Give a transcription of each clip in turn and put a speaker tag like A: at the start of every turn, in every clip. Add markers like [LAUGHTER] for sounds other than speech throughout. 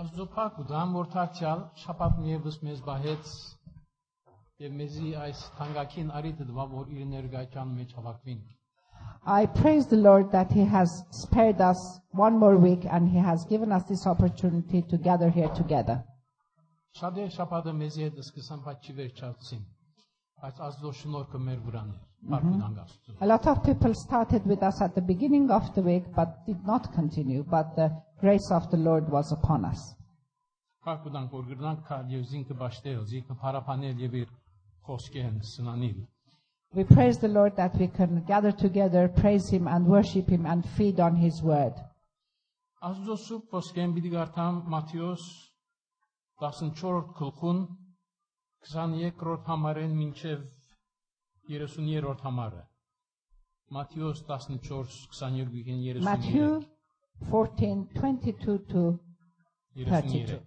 A: Արժոփակ ու դամորթացյալ շապատն եւս մեզ բահեց եւ մեզի այս թանկագին արիտը դվա որ իր ներգայքյան մեջ հավաքվին։
B: I praise the Lord that He has spared us one more week and He has given us this opportunity to gather here together.
A: Շատ է շապատը մեզի հետ սկսան պատճի վերջացին։ Բայց ազդո շնորհքը մեր վրան է։ Պարքուն հանգստություն։
B: A lot of people started with us at the beginning of the week but did not continue, but the grace of the Lord was upon us.
A: Կարկուդանք որ գրնանք քալ եւ զինքը ճաշտել, զինքը փարապանել եւ իր խոսքեն սնանին։
B: We praise the Lord that we can gather together, praise Him and worship Him and feed on His word.
A: Աստծո սուրբ խոսքեն պիտի գարտամ Մատթեոս 14-րդ գլխուն 22-րդ համարեն մինչև 30-րդ համարը։ Մատթեոս 14:22-ին 33։
B: Matthew 14, 22 to 32.
A: 33։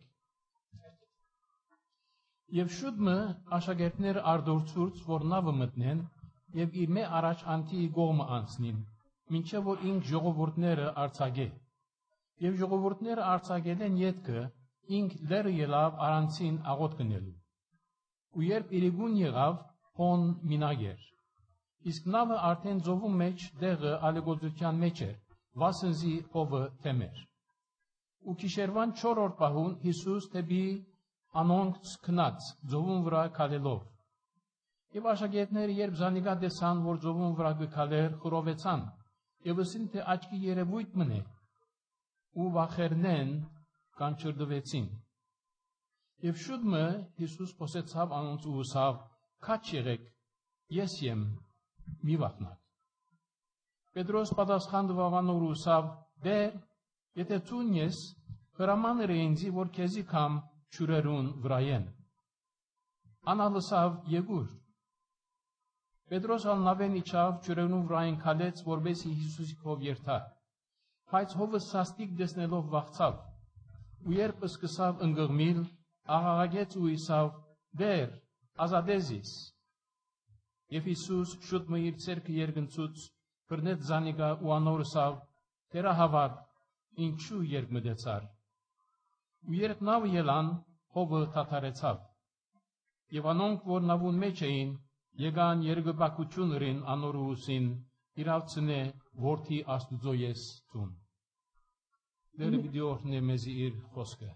A: Եվ շուտ մը աշակերտներ արդորցուրց, որ նավը մտնեն, եւ իր մե առաջ անտի գողմը անցնին, ինչեւ որ ինք ժողովուրդները արցագե։ Եվ ժողովուրդները արցագել են յետքը, ինք դեռ ելավ արանցին աղոտ գնելու։ Ու երբ իրիգուն եղավ, հոն մինագեր։ Իսկ նավը արդեն ծովում մեջ դեղը ալեգոզության մեջ էր, վասնզի ովը թեմեր։ Ու քիշերվան 4-րդ պահուն Հիսուս դեպի անոնց քնած ծովում վրա քալելով։ Եվ աշակերտները երբ զանիգա տեսան, որ ծովում վրա գքալեր, խորովեցան։ Եվ ասին թե աչքի երևույթ մնե։ Ու վախերնեն կանչրդվեցին։ Եվ շուտ մը Հիսուս փոսեցավ անոնց ու ուսավ. «Քաչ եղեք, ես եմ, մի վախնակ»։ Պետրոս պատասխան դվավանոր ուսավ. «Դե, եթե ցուն ես, հրամաները ինձի որ քեզի կամ ճուրերուն վրայեն»։ Անալսավ Եգուր։ Պետրոս աննավեն իջավ ճուրերուն վրայեն քալեց, որբեսի Հիսուսի կով երթա։ Բայց հովը սաստիկ դեսնելով վախցավ։ Ու երբ սկսավ ընգղմիլ, աղաղակեց ու իսավ. «Դեր, ազատեզիս»։ Եվ Հիսուս շուտ մը իր ցերկը երկնցուց բռնեց զանիգա ու անորսավ Տերահավատ ինչու երկմդեցար ու երբ նավ ելան հովը թաթարեցավ եւ անոնք որ նավուն մեջ էին եկան երկբակություն ռին անորուսին իրավցնե որդի աստուծո ես տուն դեր վիդեոն մեզի իր խոսքը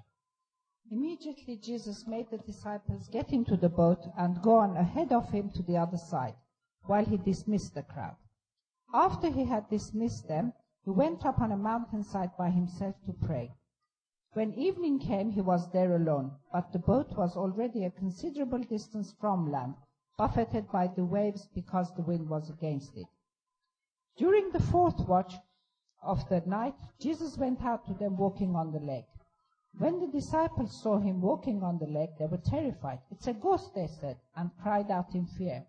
B: Immediately Jesus made the disciples get into the boat and go on ahead of him to the other side, while he dismissed the crowd. After he had dismissed them, he went up on a mountainside by himself to pray. When evening came, he was there alone, but the boat was already a considerable distance from land, buffeted by the waves because the wind was against it. During the fourth watch of the night, Jesus went out to them walking on the lake. When the disciples saw him walking on the lake, they were terrified. It's a ghost, they said, and cried out in fear.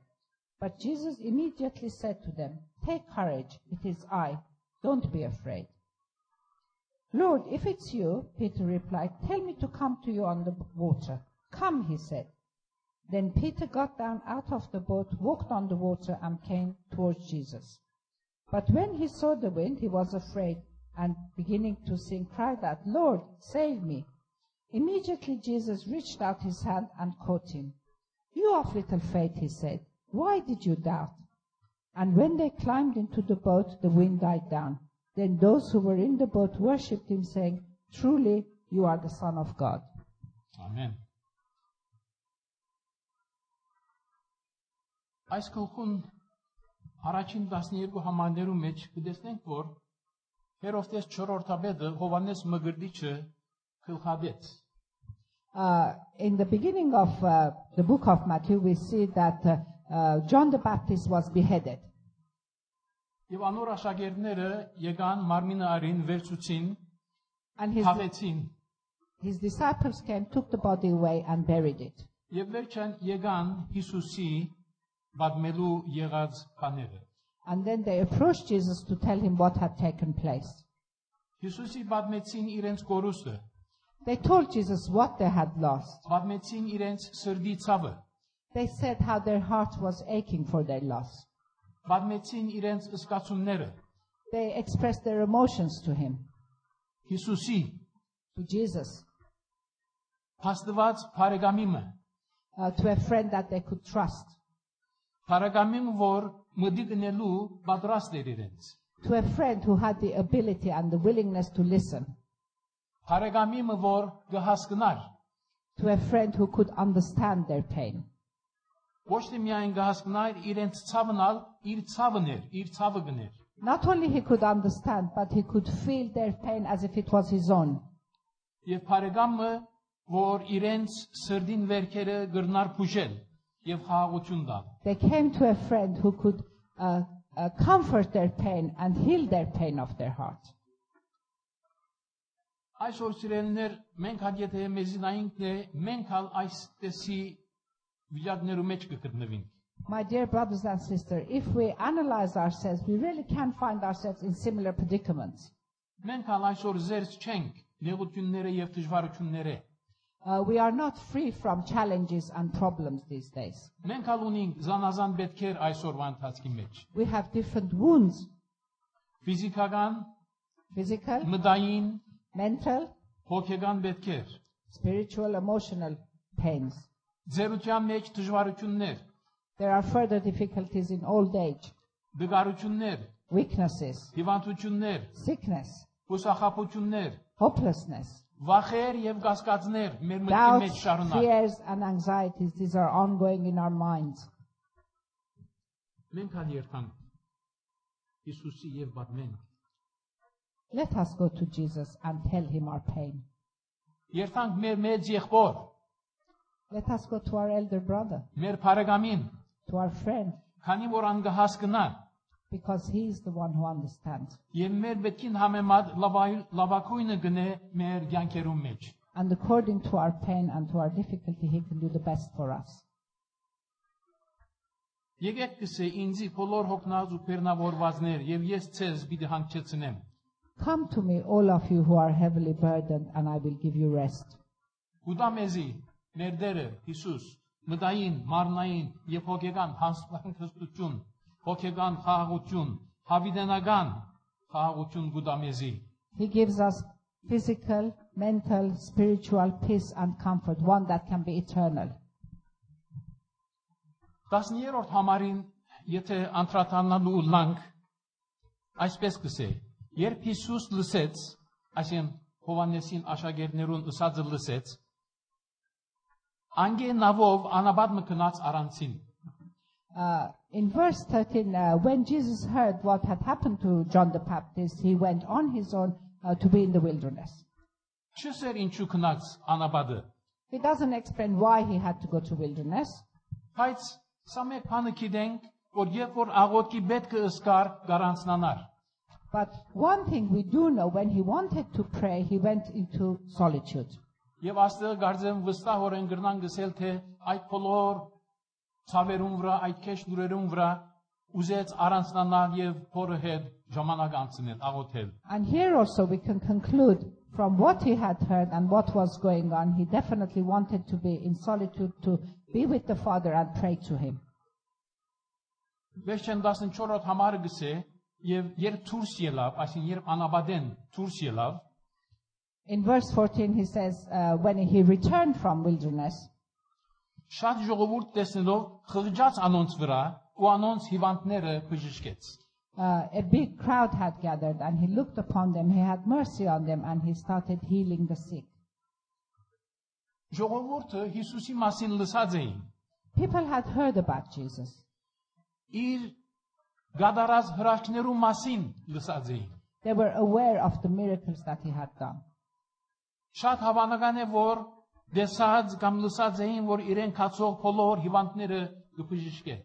B: But Jesus immediately said to them, Take courage, it is I. Don't be afraid. Lord, if it's you, Peter replied, tell me to come to you on the b- water. Come, he said. Then Peter got down out of the boat, walked on the water, and came towards Jesus. But when he saw the wind, he was afraid, and beginning to sink, cried out, Lord, save me. Immediately Jesus reached out his hand and caught him. You of little faith, he said, why did you doubt? And when they climbed into the boat, the wind died down. Then those who were in the boat worshipped him, saying, Truly, you are the Son of God.
A: Ամեն։ Այս գլխուն առաջին 12 համարներու մեջ կտեսնենք, որ Հերովտես 4-րդաբեդը Հովանես Մգրդիչը գլխաբեծ։
B: Uh, in the beginning of uh, the book of Matthew, we see that uh, uh, John the Baptist was beheaded.
A: Եվ անոր աշակերտները եկան մարմինը արին վերցուցին,
B: And his,
A: հավեցին։
B: his disciples came, took the body away, and buried it.
A: Եվ վերջան եկան Հիսուսի բադմելու եղած բաները։
B: And then they approached Jesus to tell him what had taken place.
A: Հիսուսի բադմեցին իրենց կորուստը,
B: They told Jesus what they had lost.
A: բադմեցին իրենց սրդի ցավը,
B: They said how their heart was aching for their loss.
A: բադմեցին իրենց սկացումները,
B: They expressed their emotions to him,
A: Հիսուսի
B: to Jesus.
A: Փաստված Փարեգամիմը։
B: uh, to a friend that they could trust,
A: Փարեգամին որ մտի դնելու պատրաստ էր իրենց։
B: to a friend who had the ability and the willingness to listen,
A: Փարեգամիմը որ գահասկնար,
B: to a friend who could understand their pain.
A: ոչ թե միայն գահասկնար իրենց ցավնալ, իր ցավն էր, իր ցավը գներ։
B: Not only he could understand, but he could feel their pain as if it was his own.
A: Եվ Փարեգամը որ իրենց սրդին վերքերը գրնար փուշել եւ հաղաղություն տալ։
B: They came to a friend who could uh, uh, comfort their pain and heal their pain of their heart.
A: Այսօր սիրելիներ, մենք հատ եթե մեզին այնքն է, մենք հալ այս տեսի վիճակներու մեջ կգտնվենք։
B: My dear brothers and sisters, if we analyze ourselves, we really can find ourselves in similar predicaments.
A: Մենք հալ այսօր զերծ չենք նեղությունները եւ դժվարությունները։
B: Uh, we are not free from challenges and problems these days.
A: Մենք հալ ունենք զանազան պետքեր այսօրվա ընթացքի մեջ։
B: We have different wounds
A: Ֆիզիկական,
B: physical,
A: մտային,
B: mental,
A: հոգեկան պետքեր։
B: spiritual, emotional pains.
A: Ձերության մեջ դժվարություններ,
B: There are further difficulties in old age,
A: դգարություններ,
B: weaknesses,
A: հիվանդություններ,
B: sickness,
A: հուսախապություններ,
B: hopelessness,
A: վախեր եւ գասկածներ մեր մտքի մեջ
B: doubts,
A: շարունակ։
B: fears, and anxieties. These are ongoing in our minds.
A: Մենք հալ երթանք Հիսուսի եւ բադմենք
B: Let us go to Jesus and tell him our pain.
A: Երթանք մեր մեծ եղբոր,
B: Let us go to our elder brother,
A: մեր բարեկամին,
B: to our friend,
A: քանի որ անգահասկնա
B: because he is the one who understands.
A: եւ մեր պետքին համեմատ լավայ- լավակույնը գնե մեր յանքերում մեջ։
B: And according to our pain and to our difficulty, he can do the best for us.
A: Եկեք գսե ինձի բոլոր հոգնած ու բեռնավորվածներ եւ ես ցեզ պիտի հանգեցնեմ։
B: Come to me, all of you who are heavily burdened, and I will give you rest.
A: Գուտամեզի մեր դերը Հիսուս մտային, մարնային եւ հոգեկան հաստատություն, հոգեկան խաղաղություն, հավիտենական խաղաղություն գուտամեզի։
B: He gives us physical, mental, spiritual peace and comfort, one that can be eternal.
A: 13-րդ համարին, եթե անդրադառնալու լանք, այսպես կսե. Երբ Հիսուս լսեց, այսին Հովանեսին աշակերտներուն ուսածը լսեց, անգենավով անաբադ մկնաց արանցին։
B: Uh, in verse 13, uh, when Jesus heard what had happened to John the Baptist, he went on his own uh, to be in the wilderness.
A: Չսեր ինչու կնաց անաբադը։
B: He doesn't explain why he had to go to wilderness,
A: Բայց սա մեկ բանը գիտենք, որ երբ որ աղոտքի պետքը ըսկար գարանցնանար։
B: but one thing we do know, when he wanted to pray, he went into solitude.
A: Եվ աստեղ գարձեմ վստահորեն գրնան գսել թե այդ բոլոր ցավերուն վրա, այդ քեշ դուրերուն վրա ուզեց առանցնանալ եւ փորը հետ ժամանակ անցնել, աղոթել։
B: And here also we can conclude from what he had heard and what was going on, he definitely wanted to be in solitude to be with the Father and pray to him.
A: Վերջին 14-րդ համարը գսե եւ երբ ցուրս ելավ, այսինքն երբ անաբադեն ցուրս ելավ,
B: In verse 14 he says, uh, when he returned from wilderness,
A: շատ ժողովուրդ տեսնելով խղճաց անոնց վրա ու անոնց հիվանդները բժշկեց։
B: uh, a big crowd had gathered and he looked upon them, he had mercy on them and he started healing the sick.
A: Ժողովուրդը Հիսուսի մասին լսած էին։
B: People had heard about Jesus.
A: Իր գադարած հրաշքներու մասին լսած էին։
B: They were aware of the miracles that he had done.
A: Շատ հավանական է, որ դեսած կամ լսած էին, որ իրեն կացող բոլոր հիվանդները կփժշկե։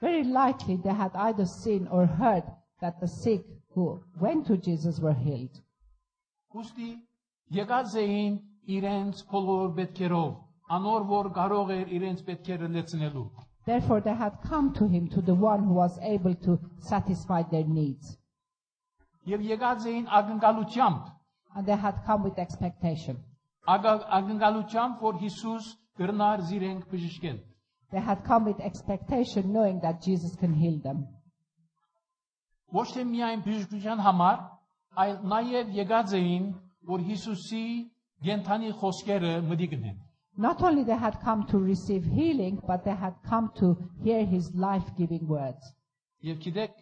B: Very likely they had either seen or heard that the sick who went to Jesus were healed.
A: Ոստի եկած էին իրենց բոլոր պետքերով, անոր որ կարող էր իրենց պետքերը լեցնելու։
B: Therefore they had come to him, to the one who was able to satisfy their needs.
A: Եվ եկած էին ակնկալությամբ,
B: And they had come with expectation.
A: ագ- ակնկալությամբ, որ Հիսուս գրնար զիրենք բժշկել։
B: They had come with expectation knowing that Jesus can heal them.
A: Ոչ թե միայն բժշկության համար, այլ նաև եկած էին, որ Հիսուսի գենթանի խոսքերը մտի գնեն։
B: Not only they had come to receive healing, but they had come to hear his life-giving words.
A: Եվ գիտեք,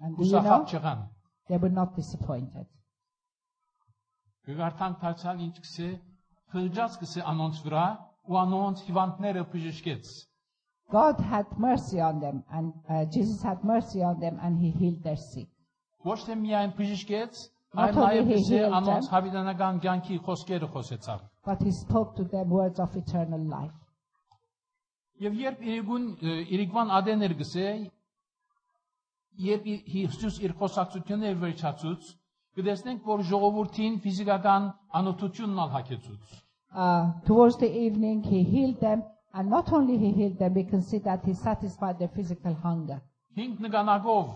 B: And do you know,
A: հուսախաբ չեղան։
B: they were not disappointed.
A: Գյուղարթան դարձան ինչ կսե, փրկած կսե անոնց վրա ու անոնց հիվանդները բժշկեց։
B: God had mercy on them, and uh, Jesus had mercy on them, and he healed their sick.
A: Ոչ թե միայն բժշկեց,
B: Not
A: այլ
B: only
A: նաև
B: he
A: կսե
B: healed them.
A: անոնց հավիտենական ցանկի խոսքերը խոսեցավ։
B: But he spoke to them words of eternal life.
A: Եվ երբ Իրիգուն Իրիգվան Ադեներ գսե, երբ Ի- Հիսուս իր խոսակցությունը վերջացուց, գտեսնենք, որ ժողովրդին ֆիզիկական անոթությունն ալ հակեցուց։
B: Uh, towards the evening, he healed them, and not only he healed them, we can see that he satisfied their physical hunger.
A: 5 նգանակով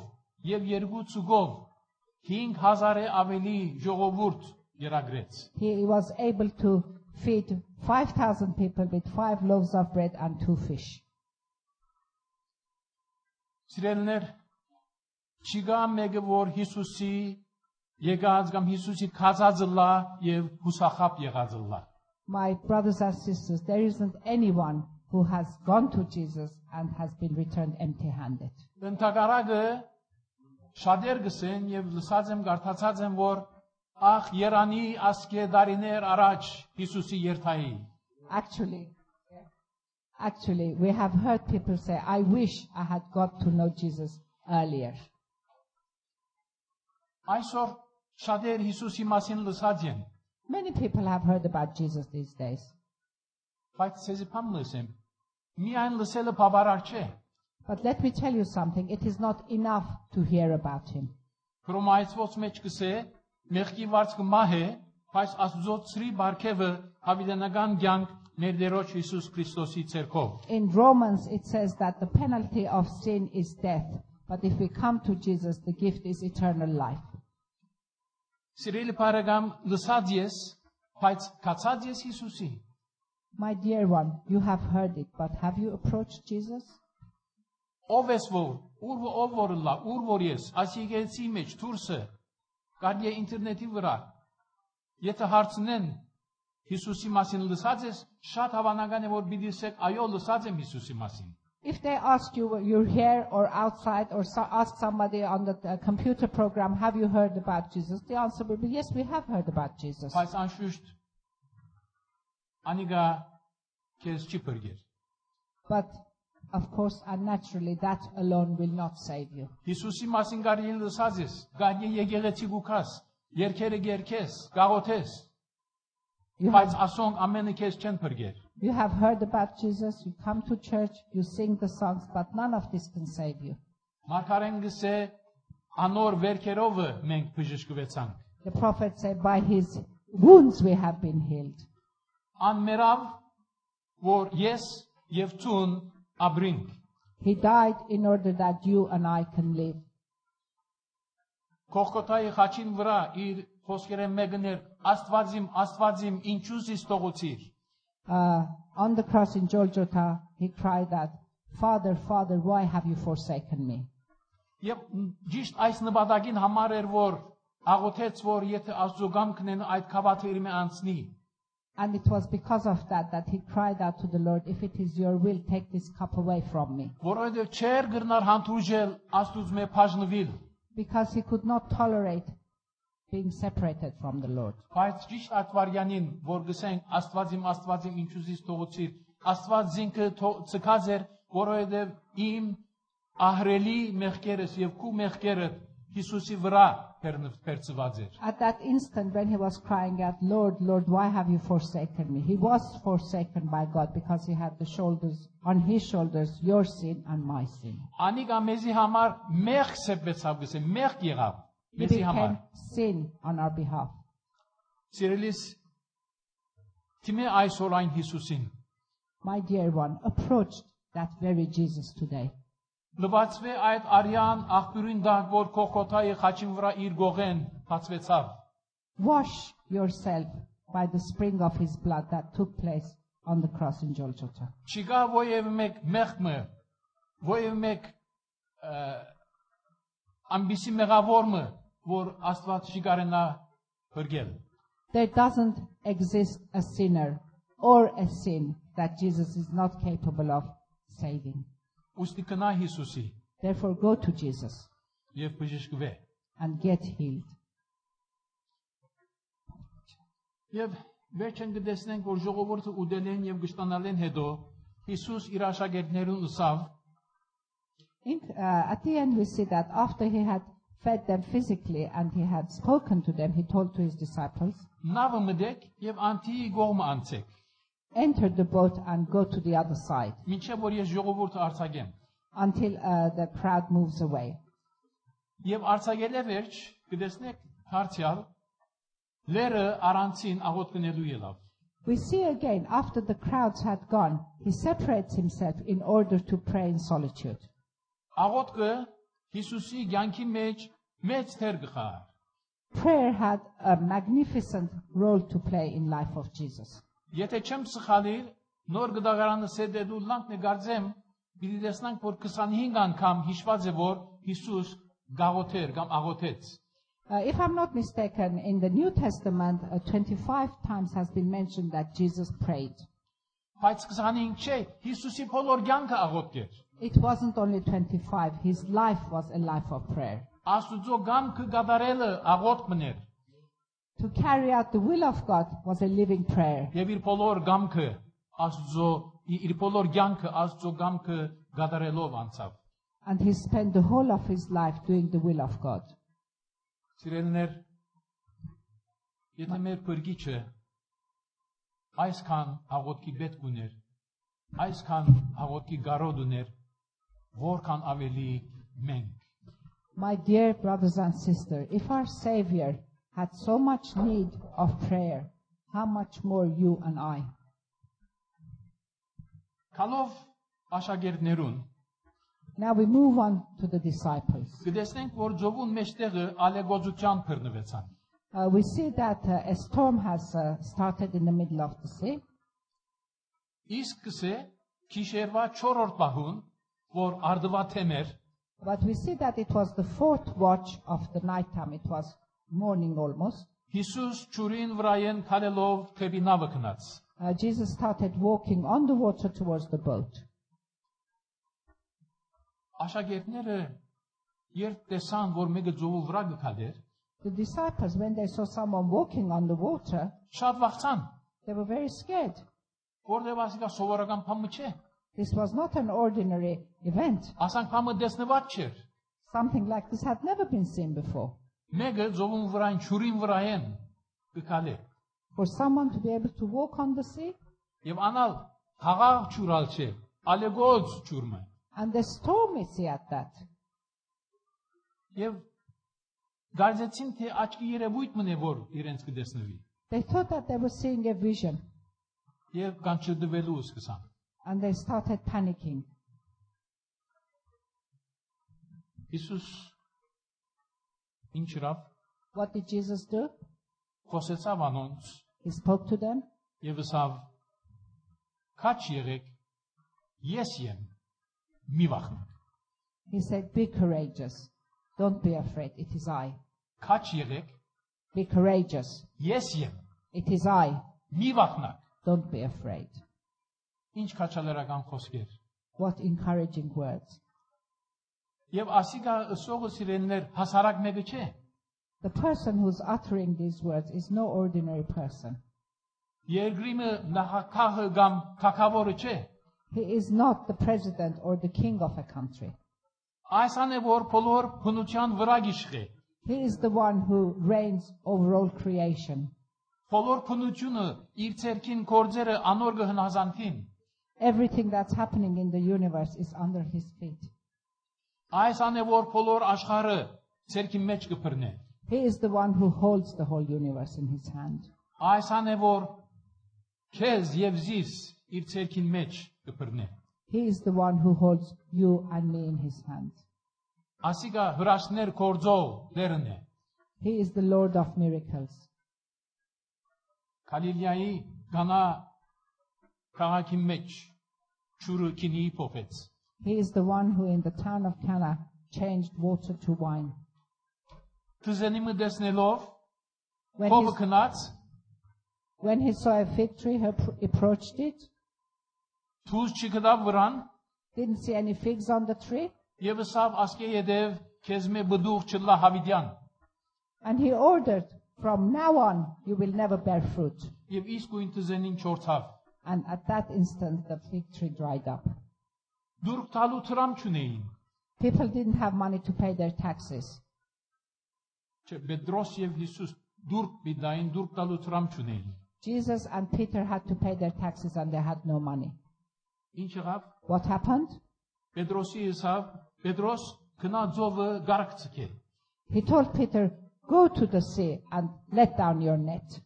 A: եւ 2 ցուգով 5000-ը ավելի ժողովուրդ երագրեց։
B: He was able to feed 5,000 people with five loaves of bread and two fish.
A: Սիրելներ, չիգա մեկը որ Հիսուսի եկած կամ Հիսուսի քազածը լա եւ հուսախապ եղածը լա։
B: My brothers and sisters, there isn't anyone who has gone to Jesus and has been returned empty handed.
A: Ընտակարակը շատեր գսեն եւ լսած եմ, կարդացած եմ, որ ախ Երանի ասկե դարիներ առաջ Հիսուսի երթայի։
B: Actually, actually, we have heard people say, I wish I had got to know Jesus earlier.
A: Այսօր շատեր Հիսուսի մասին լսած են,
B: Many people have heard about Jesus these days,
A: բայց ցեզիփամ լսեմ։ Միայն լսելը բավարար չէ։
B: but let me tell you something. It is not enough to hear about him.
A: Հրոմայեցված մեջ գսե, մեղքի վարձքը մահ է, բայց Աստծո ծրի բարգևը հավիտենական ցանկ ներդերոջ Հիսուս Քրիստոսի ցերքով։
B: In Romans, it says that the penalty of sin is death, but if we come to Jesus, the gift is eternal life.
A: Սիրելի բարեկամ, լսած ես, բայց կացած ես Հիսուսի։
B: My dear one, you have heard it, but have you approached Jesus?
A: Ով ես որ, ուր ո- ով որ լա, ուր որ ես, ասիգեցի մեջ դուրսը, կարելի է ինտերնետի վրա։ Եթե հարցնեն Հիսուսի մասին լսած ես, շատ հավանական է որ բիդիսեք այո լսած եմ Հիսուսի մասին։
B: If they ask you, well, you're here or outside, or so ask somebody on the uh, computer program, have you heard about Jesus? The answer will be, yes, we have heard about Jesus.
A: Բայց անշուշտ անիգա քեզ չի բերգեր։
B: But of course, unnaturally, that alone will not save you.
A: Հիսուսի մասին կարելի է լսած ես, կարելի է եկեղեցի գուքաս, երկերը գերքես, գաղոթես,
B: You have,
A: բայց ասոնք ամենը քեզ չեն բերգեր։
B: you have heard about Jesus, you come to church, you sing the songs, but none of this can save you.
A: Մարգարեն գսե անոր վերքերովը մենք բժշկվեցանք։
B: The prophet said, by his wounds we have been healed.
A: Անմերավ որ ես եւ ցուն աբրինք։
B: He died in order that you and I can live.
A: Կողկոտայի խաչին վրա իր խոսքերը մեկներ Աստվածիմ Աստվածիմ ինչու զիստողուցիր։
B: Uh, on the cross in Golgotha, he cried out, Father, Father, why have you forsaken me?
A: Եվ ճիշտ այս նպատակին համար էր որ աղոթեց որ եթե Աստծո կամքն են այդ խավաթը իր մե անցնի։
B: And it was because of that that he cried out to the Lord, If it is your will, take this cup away from me.
A: Որովհետեւ չեր գրնար հանդուրժել Աստուծո մե բաժնվել,
B: Because he could not tolerate being separated from the Lord.
A: Բայց ճիշտ ատվարյանին, որ գսենք Աստվածիմ Աստվածիմ ինչու զիստողուցի, Աստված ինքը թո- ցկած էր, որովհետև իմ ահրելի մեղքերս եւ քու մեղքերը Հիսուսի վրա բեռնվ- բերծված էր։
B: At that instant when he was crying out, Lord, Lord, why have you forsaken me? He was forsaken by God because he had the shoulders, on his shoulders, your sin and my sin.
A: Անիկ ամեզի համար մեղք սեպեցավ գսե, մեղք եղավ
B: He
A: մեզի համար։
B: became sin on our behalf.
A: Սիրելիս Թիմե այսօր այն Հիսուսին
B: My dear one, approach that very Jesus today.
A: լվացվե այդ արյան աղբյուրին դակ որ Կողոթայի խաչին վրա իր գողեն բացվեցավ։
B: Wash yourself by the spring of his blood that took place on the cross in Golgotha.
A: Չկա ոև մեկ մեղքը, ոև մեկ ը, ամբիսի մեղավորը, որ Աստված չի կարենա բրգել։
B: There doesn't exist a sinner or a sin that Jesus is not capable of saving.
A: Ուստի կնա Հիսուսի
B: Therefore, go to Jesus
A: եւ բժշկվե։
B: and get healed.
A: Եվ վերջին գտեսնենք, որ ժողովուրդը ուտելեն եւ գշտանալեն հետո Հիսուս իր աշակերտներուն ուսավ
B: In, uh, at the end, we see that after he had fed them physically and he had spoken to them, he told to his disciples,
A: նավը մտեք եւ անտիի գողմը անցեք։
B: Enter the boat and go to the other side
A: Մինչեւ որ ես ժողովուրդը արցագեմ։
B: until uh, the crowd moves away.
A: Եվ արցագելը վերջ գտեսնեք հարցյալ լերը արանցին աղոտ կնելու ելավ։
B: We see again, after the crowds had gone, he separates himself in order to pray in solitude.
A: Աղոտքը Հիսուսի յանքի մեջ մեծ թեր գխար։
B: Prayer had a magnificent role to play in life of Jesus.
A: Եթե չեմ սխալի, նոր գդաղարանը սեդեդու լանք նկարձեմ, պիտի տեսնանք, որ 25 անգամ հիշված է, որ Հիսուս գաղոթեր կամ աղոթեց։
B: Uh, if I'm not mistaken, in the New Testament, uh, 25 times has been mentioned that Jesus prayed.
A: Բայց 25 չէ, Հիսուսի բոլոր կյանքը աղոթք էր։
B: It wasn't only 25, his life was a life of prayer.
A: Աստուծո գամքը գդարելը աղոթք մներ,
B: To carry out the will of God was a living prayer.
A: եւ իր բոլոր գամքը Աստուծո ի- իր բոլոր կյանքը Աստուծո գամքը գդարելով անցավ։
B: And he spent the whole of his life doing the will of God.
A: Սիրելիներ, եթե մեր բրգիչը այսքան աղոտքի պետք ուներ, այսքան աղոտքի գարոդ ուներ, որքան ավելի մենք։
B: My dear brothers and sisters, if our Savior had so much need of prayer, how much more you and I?
A: Քանով աշակերտներուն
B: Now we move on to the disciples.
A: գտեսնենք, որ ծովուն մեջտեղը ալեգոզության բռնվեցան։
B: Uh, we see that uh, a storm has uh, started in the middle of the sea.
A: Իսկ կսե քիշերվա 4-րդ բահուն, որ արդվա թեմեր,
B: But we see that it was the fourth watch of the night time. It was morning almost.
A: Հիսուս ճուրին վրայեն քալելով թեպի նավը գնաց։
B: Uh, Jesus started walking on the water towards the boat.
A: Աշակերտները երբ տեսան, որ մեկը ծովու վրա գկալեր,
B: The disciples, when they saw someone walking on the water,
A: շատ վախցան,
B: they were very scared.
A: որտեղ ասիկա սովորական փամը չէ,
B: This was not an ordinary event.
A: ասանք փամը դեսնված չէր։
B: Something like this had never been seen before.
A: Մեկը ծովուն վրան, ճուրին վրայեն գկալե։
B: For someone to be able to walk on the sea,
A: Եվ անալ խաղաղ ճուրալ չէ, ալեգոց ճուրմը։
B: and the storm is here at that.
A: Եվ գարձեցին թե աչքի երևույթ մնե որ իրենց կդեսնվի։
B: They thought that they were seeing a vision,
A: Եվ կանչդվելու սկսան։
B: and they started panicking.
A: Հիսուս ինչ հրավ
B: What did Jesus do?
A: խոսեցավ անոնց
B: He spoke to them.
A: եւ ասավ քաչ եղեք ես եմ մի վախնակ
B: He said, Be courageous. Don't be afraid. It is I.
A: քաչ եղեք
B: Be courageous.
A: ես եմ
B: It is I.
A: մի վախնակ
B: Don't be afraid.
A: ինչ քաչալերական խոսքեր
B: What encouraging words.
A: եւ ասիկա ըսողը սիրելներ հասարակ մեկը չէ
B: The person who's uttering these words is no ordinary person.
A: երկրիմը նախակահը կամ քակավորը չէ
B: He is not the president or the king of a country.
A: այսան է որ բոլոր բնության վրա գիշղի
B: He is the one who reigns over all creation.
A: բոլոր բնությունը իր ցերքին կորձերը անորգը հնազանդին
B: Everything that's happening in the universe is under his feet.
A: այսան է որ բոլոր աշխարը ցերքի մեջ կփռնե
B: He is the one who holds the whole universe in his hand.
A: Այսան է որ քեզ եւ զիս իր ցերքին մեջ կբռնե։
B: He is the one who holds you and me in his hand.
A: Ասիկա հրաշներ կորձով դերն է։
B: He is the Lord of miracles.
A: Գալիլեայի գանա քաղաքի մեջ ճուրը քինի փոփեց։
B: He is the one who in the town of Cana changed water to wine.
A: Թզենի մտեսնելով
B: When
A: փոփը
B: his,
A: կնաց
B: When he saw a fig tree, he appro- approached it,
A: Թուզ չգտա վրան
B: didn't see any figs on the tree,
A: եւ ասավ ասկե եդև քեզմե բդուղ չլա հավիդյան
B: and he ordered, From now on, you will never bear fruit.
A: եւ իսկույն տզենին չորթավ։
B: And at that instant, the fig tree dried up.
A: Դուրք տալու տրամ չունեին։
B: People didn't have money to pay their taxes.
A: Չէ, Պետրոս եւ Հիսուս դուրք միտային դուրք տալու տրամ չունեին։
B: Jesus and Peter had to pay their taxes and they had no money.
A: Ինչ եղավ։
B: What happened?
A: Պետրոսի ասավ. Պետրոս գնա ծովը գարկ ցկե։
B: He told Peter, Go to the sea and let down your net.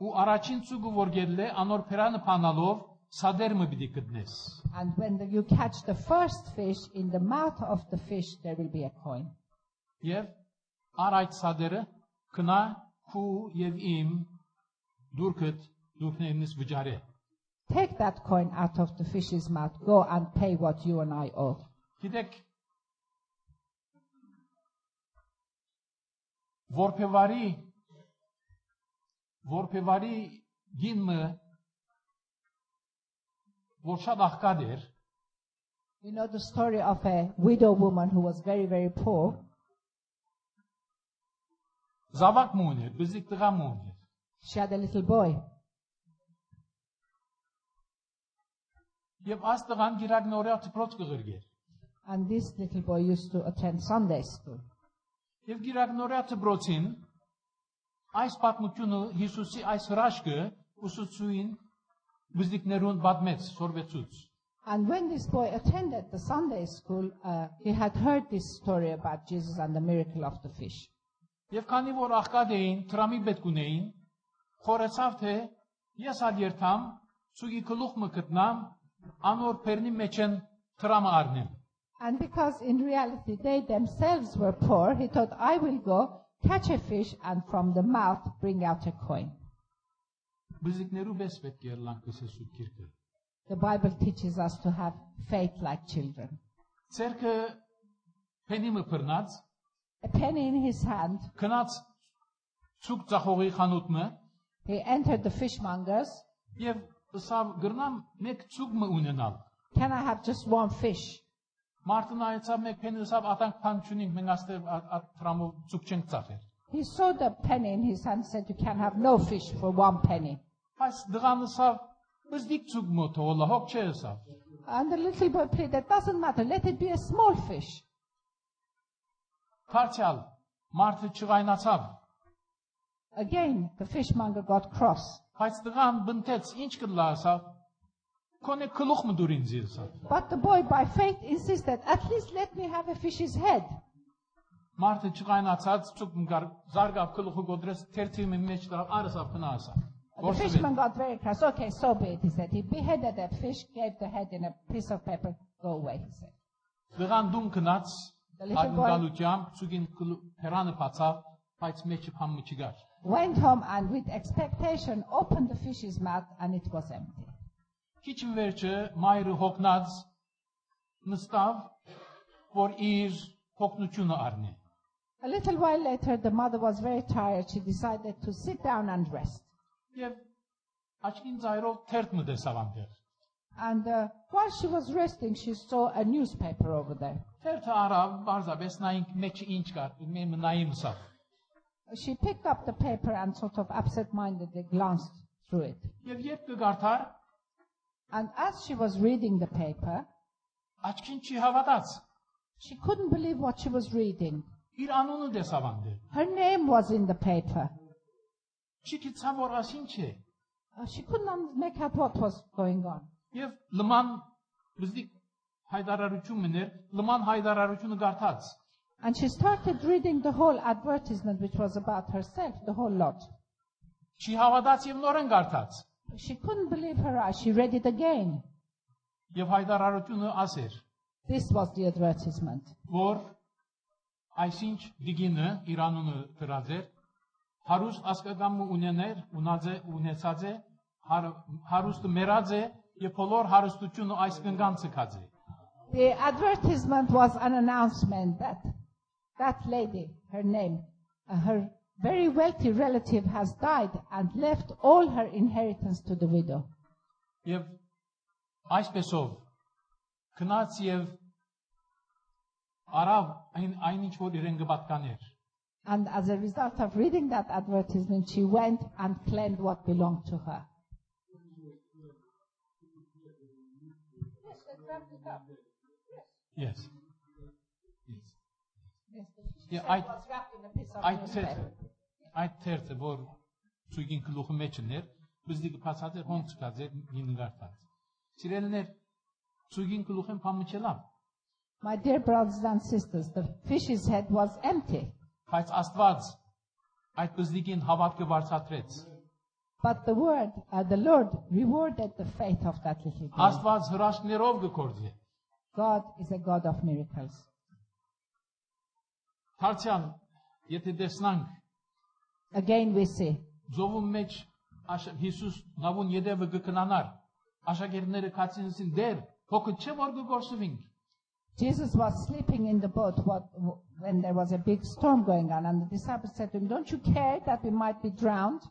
A: Ու առաջին ցուգը որ գելլե անոր փերանը փանալով սադեր մը պիտի գտնես։
B: And when the, you catch the first fish, in the mouth of the fish there will be a coin.
A: Եվ արայց սադերը գնա քու եւ իմ դուրքդ դուրքներնից վճարե։
B: Take that coin out of the fish's mouth. Go and pay what you and I owe.
A: Գիտեք Որփեվարի Որփեվարի գինը որ շատ աղքատ էր
B: You know the story of a widow woman who was very, very poor.
A: զավակ մուն էր բզիկ տղա մուն էր
B: She had a little boy.
A: եւ աս տղան գիրակնորյա ծպրոց կղրգեր
B: And this little boy used to attend Sunday school.
A: եւ գիրակնորյա ծպրոցին այս պատմությունը Հիսուսի այս հրաշքը ուսուցույին բզիկներուն բադմեց սորվեցուց
B: And when this boy attended the Sunday school, uh, he had heard this story about Jesus and the miracle of the fish.
A: Եվ քանի որ աղքատ էին, տրամի պետք ունեին, խորացավ թե ես ալ երթամ, ցուգի գլուխ մը գտնամ, անոր բերնի մեջն տրամը առնեմ։
B: And because in reality they themselves were poor, he thought, I will go catch a fish and from the mouth bring out a coin.
A: Բզիկներու պես պետք է լան կսեսու քիրքը։
B: The Bible teaches us to have faith like children.
A: Ցերքը փենի մը բռնած,
B: A penny in his hand,
A: քնած ցուկ ծախողի խանութ մը
B: he entered the fishmonger's.
A: եւ սավ գրնամ մեկ ցուկ մը ունենալ։
B: Can I have just one fish?
A: Մարտին այցավ մեկ փենի սավ ատանք փան չունին, մենք աստեղ ա- ա- տրամով ցուկ չենք ծախել։
B: He saw the penny in his hand and said, You can have no fish for one penny.
A: Այս դղանը սավ բզիկ ցուկ մը թողա հոգ չեսավ։
B: And the little boy pleaded, Doesn't matter, let it be a small fish.
A: Փարցալ մարդը չղայնացավ,
B: Again, the fishmonger got cross.
A: բայց տղան բնտեց, ինչ կլասա։ Կոնե քլուխ մը դուրին զիլսա։
B: But the boy, by faith, insisted, At least let me have a fish's head.
A: Մարդը չղայնացած ցուկ մգար զարգավ քլուխը գոդրես թերթի մի մեջ դրավ արսավ քնասա։
B: The fisherman got very cross. Okay, so be it, he said. He beheaded that fish, gave the head in a piece of paper, go away, he said.
A: Տղան դուն քնած,
B: Դլի
A: ագնալությամբ ցուկին քլուխ հերանը փացավ, բայց մեջը փամը չգար։
B: Went home and with expectation opened the fish's mouth and it was empty.
A: Քիչ վերջը մայրը հոգնած նստավ, որ իր հոգնությունը առնի։
B: A little while later, the mother was very tired. She decided to sit down and rest.
A: Եվ աչքին ծայրով թերթ մը դեսավ անտեղ։
B: And uh, while she was resting, she saw a newspaper over there.
A: Թերթը արավ բարձաբես նայինք մեջը ինչ կար, մեն նայիմ սա։
B: She picked up the paper and sort of upset mindedly glanced through it.
A: Եվ երբ կգարթար,
B: And as she was reading the paper,
A: աչքին չի հավատաց։
B: she couldn't believe what she was reading.
A: Իր անունը դեսավ անդեր։
B: Her name was in the paper.
A: Չի գիտեմ որ ասին չէ։
B: Uh, she couldn't un- make out what was going on.
A: Եվ լման բզդի հայդարարություն մներ, լման հայդարարությունը գարթած։
B: And she started reading the whole advertisement, which was about herself, the whole lot.
A: Չի հավատաց եւ նորեն գարթած։
B: She couldn't believe her eyes. She read it again.
A: Եվ հայդարարությունը ասեր,
B: This was the advertisement.
A: որ այսինչ դիգինը իր անունը դրած էր հարուստ ասկագամը ունեներ ունածե ունեցած է հար- հարուստը մեռած է եւ բոլոր հարստությունը այս կնգան ցկած է
B: The advertisement was an announcement that that lady, her name, uh, her very wealthy relative has died and left all her inheritance to the widow.
A: Եվ այսպեսով քնած եւ արավ այն այնինչ որ իրեն կպատկաներ։
B: And as a result of reading that advertisement, she went and claimed what belonged to her.
A: Yes. Yes. Yeah,
B: She
A: I-
B: was wrapped in a piece of
A: Այդ
B: newspaper.
A: թերթը, այդ թերթը, որ ցույգին գլուխի մեջ ներ, բզդի կփածած էր հոնց կազեր գինգարտած։ Սիրելներ, ցույգին գլուխին փամիչելա,
B: My dear brothers and sisters, the fish's head was empty,
A: բայց Աստված այդ բզդիկին հավատքը բարձրացրեց։
B: but the word, uh, the Lord rewarded the faith of that little girl.
A: Աստված հրաշներով կգործի։
B: God is a God of miracles.
A: Թարցիան, եթե տեսնանք
B: Again, we see
A: Ձովում մեջ աշ- Հիսուս նավուն յետևը կկնանար։ Աշակերտները քացինցին դեր, փոքր չէ որ գործուվին։
B: Jesus was sleeping in the boat what, when there was a big storm going on, and the disciples said to him, Don't you care that we might be drowned?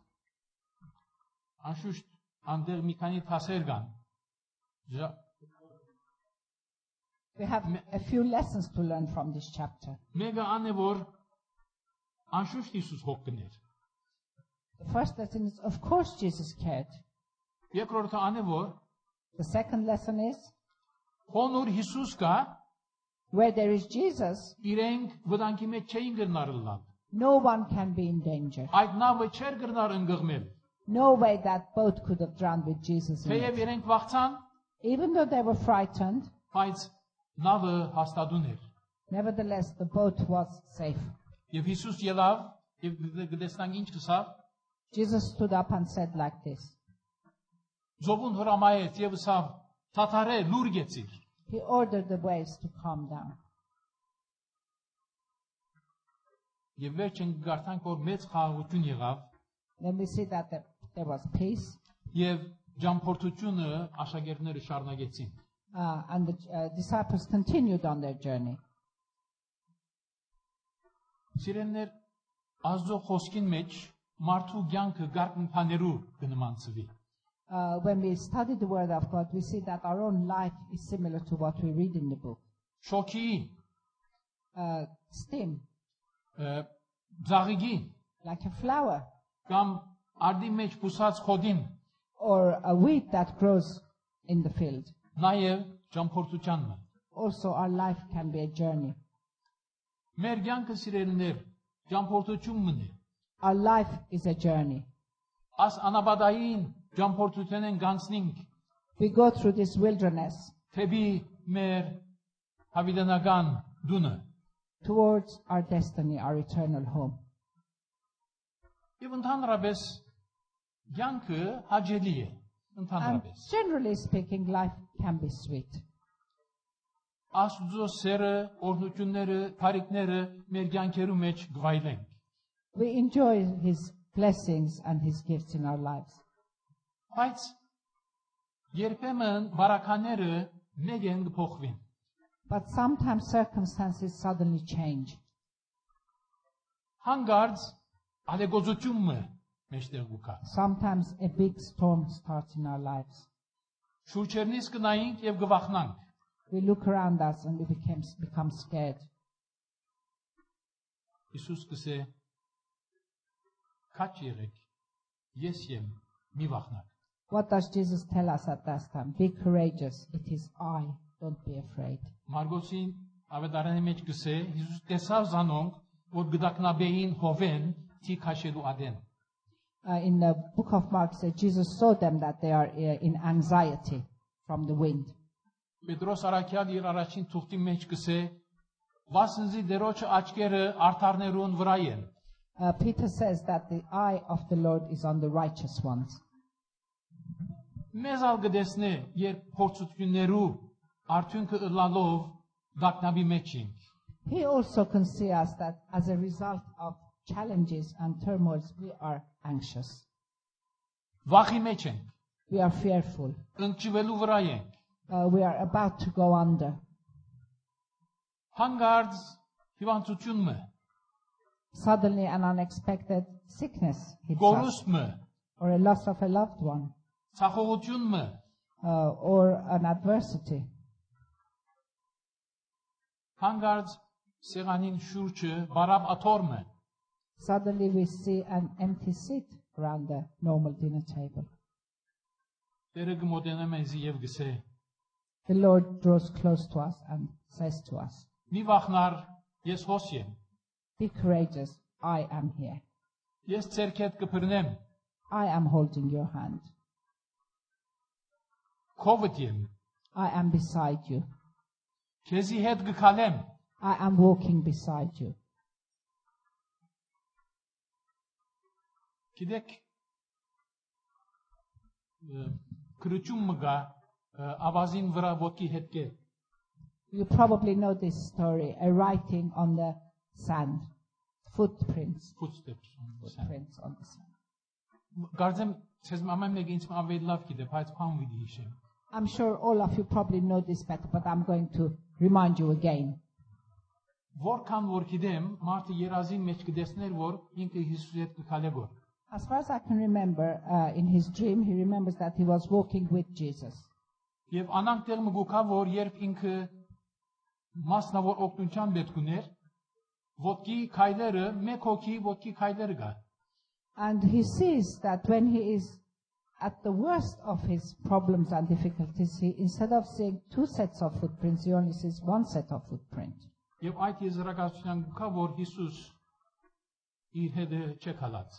A: Անշուշտ անդեր մի քանի թասեր կան։ Ժա-
B: We have a few lessons to learn from this chapter.
A: Մեկը ան է որ անշուշտ Հիսուս հոգ կներ։
B: The first lesson is, of course, Jesus cared.
A: Երկրորդը ան է որ
B: The second lesson is,
A: խոնուր Հիսուս կա,
B: where there is Jesus,
A: իրենք վտանգի մեջ չէին գրնարլան։
B: no one can be in danger.
A: Այդ նավը չէր գրնար ընկղմել։
B: No way that boat could have drowned with Jesus in it.
A: Թեև իրենք վախցան,
B: Even though they were frightened,
A: բայց նավը հաստատուն էր։
B: nevertheless, the boat was safe.
A: Եվ Հիսուս ելավ, եւ գտեսնանք ինչ կսավ։
B: Jesus stood up and said like this.
A: Զովուն հրամայեց եւ ասավ. Թաթարե լուր գեցիր։
B: He ordered the waves to calm down.
A: Եվ վերջին գարտանք որ մեծ խաղաղություն եղավ
B: Then we see that there, there was peace,
A: եւ ջամփորդությունը աշակերտները շարունակեցին։
B: uh, and the uh, disciples continued on their journey.
A: Սիրելներ, Աստծո խոսքին մեջ մարդու ցանկը գարգնփաներու կնմանցվի։
B: Uh, when we study the Word of God, we see that our own life is similar to what we read in the book.
A: Շոքի,
B: Uh, steam,
A: ը, ծաղիկի
B: like a flower,
A: կամ արդի մեջ բուսած խոդին,
B: or a wheat that grows in the field.
A: նաեւ ջամփորդությանը։
B: Also, our life can be a journey.
A: Մեր ցանկը սիրելներ, ջամփորդություն մնի։
B: Our life is a journey.
A: Աս անաբադային ջամփորդություն են գանցնինք
B: We go through this wilderness
A: թեպի մեր հավիտենական դունը
B: towards our destiny, our eternal home.
A: եւ ընդհանրապես յանքը հաջելի է
B: And
A: ընդհանրապես
B: Um, generally speaking, life can be sweet.
A: աստծո սերը օրհնությունները տարիքները մեր յանքերու մեջ գվայլեն
B: We enjoy His blessings and His gifts in our lives.
A: բայց երբեմն բարակաները մեկ են փոխվին
B: But sometimes circumstances suddenly change.
A: հանգարց ալեգոզությունը մեջտեղ գուկա
B: Sometimes a big storm starts in our lives.
A: շուրջերնից կնայինք եւ գվախնանք
B: We look around us and we become, become scared.
A: Հիսուս կսե քաչ եղեք ես եմ մի վախնակ
B: What does Jesus tell us at that time? Be courageous. It is I. Don't be afraid.
A: Մարգոսին ավետարանի մեջ գսե Հիսուս տեսավ զանոնք որ գդակնաբեին հովեն թի քաշելու ադեն
B: Uh, in the book of Mark, says Jesus saw them that they are uh, in anxiety from the wind.
A: Պետրոս Արաքյալ իր առաջին թուղթի մեջ գսե վասնզի դերոջը աչկերը արթարներուն վրա են
B: Uh, Peter says that the eye of the Lord is on the righteous ones.
A: մեզ ալ գտեսնե երբ փորձություններու արդյունքը ըլալով դակնաբի մեջ ենք
B: He also can see us that as a result of challenges and turmoils, we are anxious.
A: վախի մեջ ենք
B: We are fearful.
A: ընճվելու վրա ենք
B: Uh, we are about to go under.
A: հանգարց հիվանդությունը
B: Suddenly an unexpected sickness hits us,
A: գորուստը,
B: or a loss of a loved one,
A: ցախողությունը,
B: uh, or an adversity.
A: հանգարց սեղանին շուրջը բարապ աթորմը,
B: Suddenly we see an empty seat around the normal dinner table.
A: Տերը գմոտենա մեզ եւ գսե.
B: The Lord draws close to us and says to us,
A: Մի վախնար, ես հոս եմ։
B: Be courageous, I am here.
A: Ես ցերք հետ կփռնեմ,
B: I am holding your hand.
A: քովդ եմ։
B: I am beside you.
A: Քեզի հետ գքալեմ։
B: I am walking beside you.
A: Գիտեք։ ը, Կրճում մգա ը, ավազին վրա ոքի հետ կե։
B: You probably know this story, a writing on the sand, footprints,
A: Footsteps։
B: footprints on the sand.
A: Գարձեմ ցեզ մամա մեկ ինձ ավելի լավ գիտե, բայց փամ վիդի հիշեմ։
B: I'm sure all of you probably know this better, but I'm going to remind you again.
A: Որքան որ գիտեմ, մարդը երազին մեջ կտեսներ, որ ինքը Հիսուսի հետ գքալե գոր։
B: As far as I can remember, uh, in his dream, he remembers that he was walking with Jesus.
A: Եվ անանք տեղ մգուքա, որ երբ ինքը մասնավոր օգնության պետք ուներ, ոդկի քայլերը, մեկ հոգի ոդկի քայլերը գա։
B: And he sees that when he is at the worst of his problems and difficulties, he, instead of seeing two sets of footprints, he only sees one set of footprint.
A: Եվ այդ եզրակացության գուքա, որ Հիսուս իր հետ չեկալած։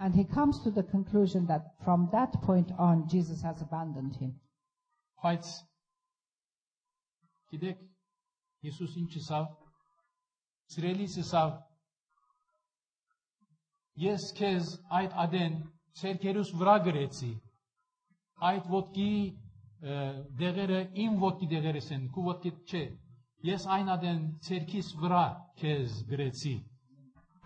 B: And he comes to the conclusion that from that point on, Jesus has abandoned him.
A: Բայց գիտեք, Հիսուս ինչ ասավ։ Սիրելիս ասավ. Ես քեզ այդ ադեն ցերկերուս վրա գրեցի։ Այդ ոդկի ը, դեղերը իմ ոդկի դեղերս են, քու ոդկի չէ։ Ես այն ադեն ցերկիս վրա քեզ գրեցի։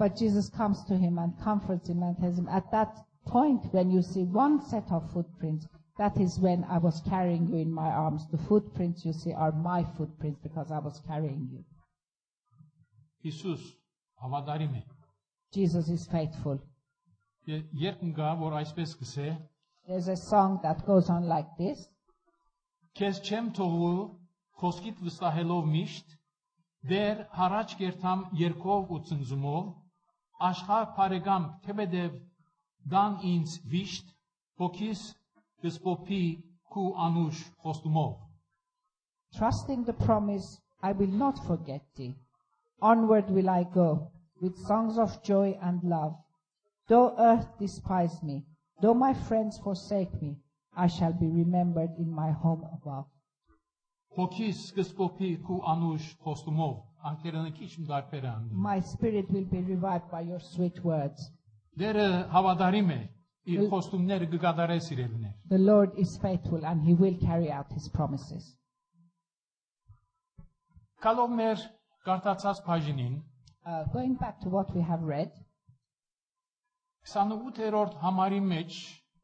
B: But Jesus comes to him and comforts him and tells him, At that point, when you see one set of footprints, that is when I was carrying you in my arms. The footprints you see are my footprints because I was carrying you.
A: Հիսուս հավատարիմ է։
B: Jesus is faithful.
A: Ե- Երբ ընկա որ այսպես գսե,
B: There's a song that goes on like this
A: Քեզ չեմ թողու խոսքիդ վստահելով միշտ դեր հարաճ կերտամ երկով ու ծնզումով աշխարհ բարեկամ թեպեդև դան ինձ վիշտ ոքիս դսպոպի քու անուշ խոստումով
B: Trusting the promise, I will not forget thee. Onward will I go with songs of joy and love. Though earth despise me, though my friends forsake me, I shall be remembered in my home above.
A: հոգիս դսպոպի քու անուշ խոստումով անկերանը քիչ դարբերան
B: My spirit will be revived by your sweet words.
A: դերը հավատարիմ է իր խոստումները կգադարես իրեններ
B: The Lord is faithful and he will carry out his promises.
A: Կալով մեր կարտացած բաժինին
B: Uh, going back to what we have read,
A: 28-րդ համարի մեջ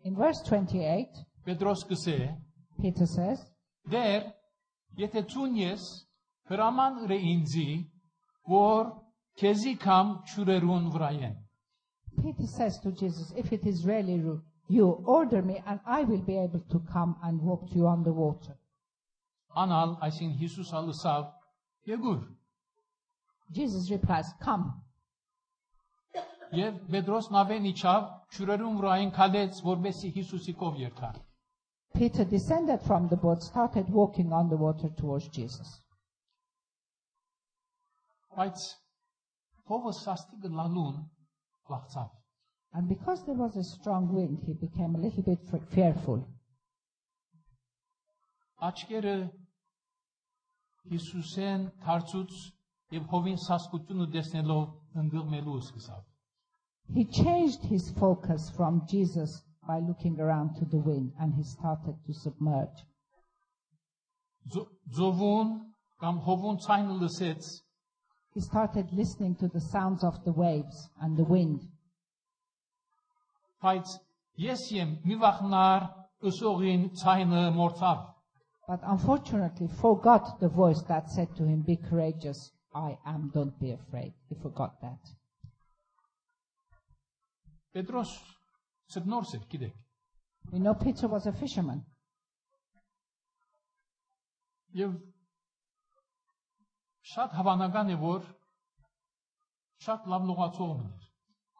B: in verse 28,
A: Պետրոս գսե է
B: Peter says,
A: Դեր եթե ցուն ես հրաման ռե ինձի որ քեզի կամ ճուրերուն վրայեն
B: Peter says to Jesus, If it is really ru- you, order me, and I will be able to come and walk to you on the water.
A: անալ այսին Հիսուս ալսավ Եգուր
B: Jesus replies, Come.
A: եւ Պետրոս նավեն իջավ ճուրերուն վրայեն քալեց որբեսի Հիսուսի կով երկա
B: Peter descended from the boat, started walking on the water towards Jesus.
A: բայց Հովս աստիգը լալուն վախցավ
B: And because there was a strong wind, he became a little bit fr- fearful.
A: աչկերը Հիսուսեն դարձուց եւ Հովին սասկությունը դեսնելով ընգղմելու սկսավ
B: He changed his focus from Jesus by looking around to the wind, and he started to submerge.
A: Ձո- ձովուն կամ հովուն ցայնը լսեց
B: He started listening to the sounds of the waves and the wind.
A: բայց ես եմ մի վախնար ուսողին ցայնը մորցավ
B: but unfortunately forgot the voice that said to him, Be courageous, I am, don't be afraid. He forgot that.
A: Պետրոս ստնորս էր, գիտեք։
B: We know Peter was a fisherman.
A: Եվ շատ հավանական է, որ շատ լավ լողացողն էր,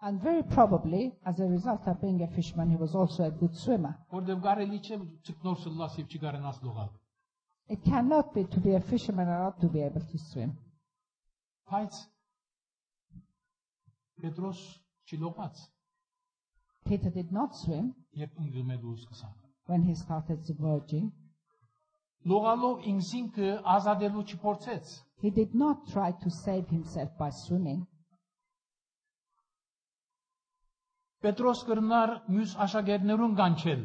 B: And very probably, as a result of being a fisherman, he was also a good swimmer.
A: որտեղ կարելի չէ ճկնորսը լաս եւ չկարենաս լողալ։
B: It cannot be to be a fisherman and not to be able to swim.
A: Բայց Պետրոս չլողաց,
B: Peter did not swim
A: երբ ընկղմելու սկսան։
B: when he started submerging.
A: Լողալով ինքսինքը ազատելու չփորձեց,
B: He did not try to save himself by swimming.
A: Պետրոս կրնար մյուս աշակերտներուն կանչել։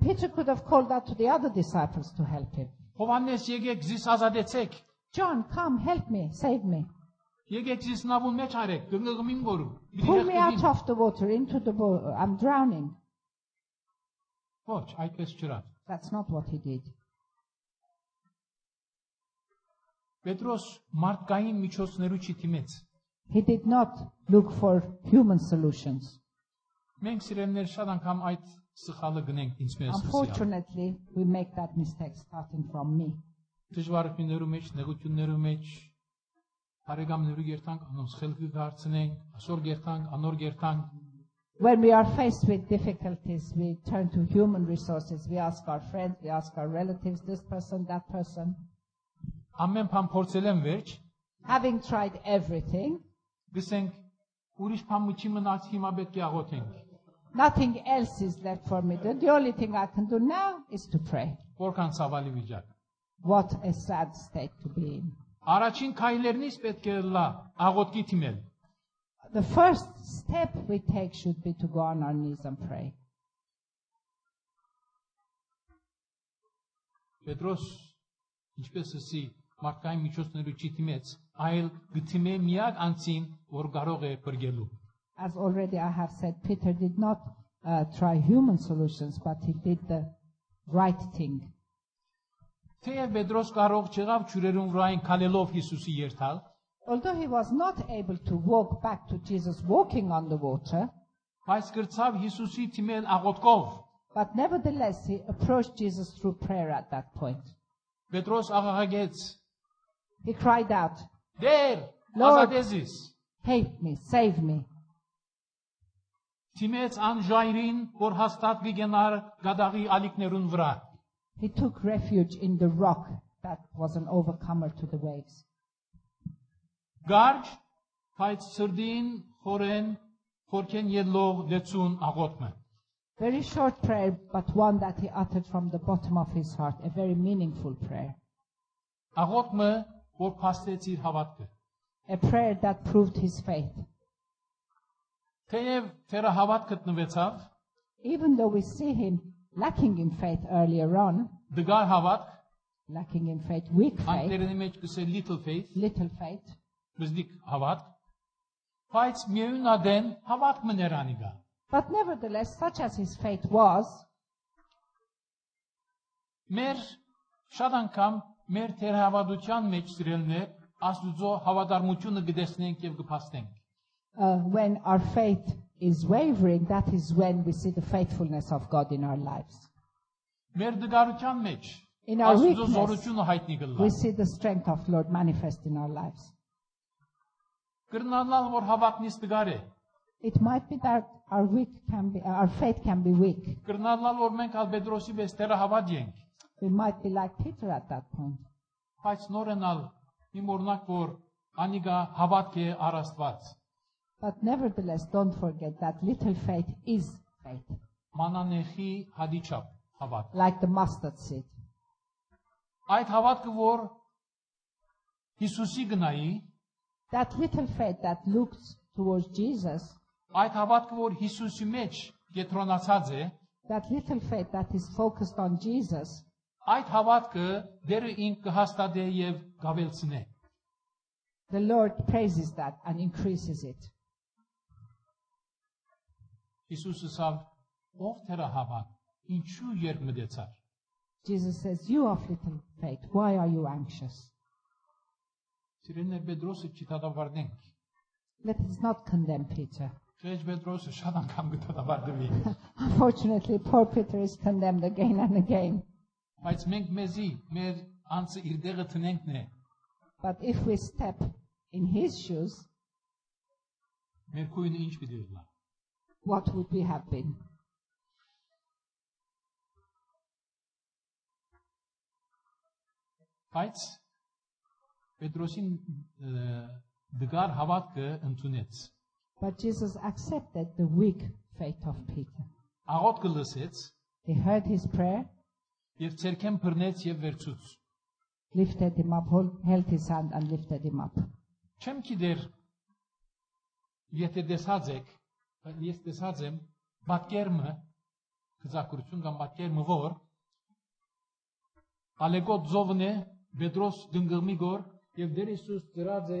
B: Peter could have called out to the other disciples to help him.
A: Հովանես եկեք զիս ազատեցեք։
B: John, come, help me, save me.
A: Եկեք զիս նավուն մեջ արեք, գնգմին գորու։
B: Pull me out of the water into the boat. I'm drowning.
A: Ոչ, այդպես չրա։
B: That's not what he did.
A: Պետրոս մարդկային միջոցներու չի դիմեց։
B: He did not look for human solutions.
A: Մենք սիրելիներ շատ անգամ այդ սխալը գնենք ինչպես սխալ։
B: Unfortunately, we make that mistake starting from me.
A: Դժվարություններու մեջ, նեղություններու մեջ Արեգամներու երթանք անոնց խելքը դարձնենք, ասոր երթանք, անոր երթանք,
B: When we are faced with difficulties, we turn to human resources. We ask our friends, we ask our relatives, this person, that person.
A: ամեն բան փորձել եմ վերջ,
B: Having tried everything,
A: գսենք ուրիշ բան մի չի մնաց հիմա պետք է աղոթենք։
B: nothing else is left for me. The the only thing I can do now is to pray.
A: Որքան ցավալի վիճակ։
B: What a sad state to be in.
A: Առաջին քայլերնից պետք է լա աղոտքի թիմել։
B: The first step we take should be to go on our knees and pray.
A: Պետրոս ինչպես ասի մարդկային միջոցներով չի թիմեց, այլ գթիմե միակ անձին, որ կարող է բրգելու։
B: As already I have said, Peter did not uh, try human solutions, but he did the right thing.
A: Թեև Պետրոս կարող չեղավ ճյուրերուն վրային քալելով Հիսուսի երթալ,
B: Although he was not able to walk back to Jesus walking on the water,
A: բայց գրծավ Հիսուսի թիմել աղոտքով։
B: but nevertheless he approached Jesus through prayer at that point.
A: Պետրոս աղաղեց.
B: He cried out,
A: «Դեր,
B: Lord.
A: ազատեցիս»։
B: Help me, save me.
A: Թիմեց ան ժայրին, որ հաստատ կգնար գադաղի ալիքներուն վրա։
B: He took refuge in the rock that was an overcomer to the waves.
A: Գարջ, բայց սրդին խորեն, խորքեն ելող դեցուն աղոտմը։
B: Very short prayer, but one that he uttered from the bottom of his heart, a very meaningful prayer.
A: Աղոտմը, որ փաստեց իր հավատքը։
B: A prayer that proved his faith.
A: Թեև թերը հավատ գտնվեցավ,
B: Even though we see him lacking in faith earlier on,
A: դգար հավատ,
B: lacking in faith, weak faith,
A: անդերենի մեջ կսե little faith,
B: little faith,
A: մզդիկ հավատ, բայց միունադեն հավատ մներանի գա։
B: But nevertheless, such as his faith was,
A: Մեր շատ անգամ մեր թերը հավատության մեջ սիրելն է Աստուծո հավատարմությունը գտեսնենք եւ կփաստենք։
B: uh, when our faith is wavering, that is when we see the faithfulness of God in our lives.
A: Մեր դգարության մեջ
B: In our
A: Աստուծո
B: weakness,
A: զորությունը հայտնի գլա։
B: We see the strength of Lord manifest in our lives.
A: Կրնանալ որ հավատնից դգար է։
B: It might be that our weak can be, uh, our faith can be weak.
A: Կրնանալ որ մենք Ալբեդրոսի պես դերը հավատ ենք։
B: We might be like Peter at that point.
A: Բայց նորենալ իմ օրնակ որ անիգա հավատք է առաստված։
B: But nevertheless, don't forget that little faith is faith,
A: Մանանեխի հադիչապ հավատ։
B: like the mustard seed.
A: Այդ հավատքը որ Հիսուսի գնայի,
B: That little faith that looks towards Jesus,
A: այդ հավատքը որ Հիսուսի մեջ կետրոնացած է,
B: that little faith that is focused on Jesus,
A: այդ հավատքը դերը ինք կհաստատե եւ գավելցնե։
B: The Lord praises that and increases it.
A: Հիսուսը ասավ՝ ով թերա հավատ, ինչու երբ մտեցար։
B: Jesus says, You of little faith, why are you anxious?
A: Սիրելիներ Պետրոսը չտատավարնենք։
B: Let us not condemn Peter.
A: Շեջ Պետրոսը շատ անգամ գտադավարդվի։
B: Unfortunately, poor Peter is condemned again and again.
A: Բայց մենք մեզի մեր անձը իր դեղը տնենքն է։
B: But if we step in his shoes,
A: Մեր քույնը ինչ պիտի լինի։
B: what would we have been?
A: Բայց Պետրոսին ը, դգար հավատքը ընդունեց։
B: But Jesus accepted the weak faith of Peter.
A: Աղոթքը լսեց
B: He heard his prayer,
A: եւ ցերքեն բռնեց եւ վերցուց։
B: lifted him up, hold- held his hand, and lifted him up.
A: Չեմ գիտեր։ Եթե դեսած եք, բայց ես դեսած եմ բակերմը քզակուրություն կամ բակերմը որ Ալեգոտ Զովնե Պետրոս դնգմի գոր եւ դեր Հիսուս դրած է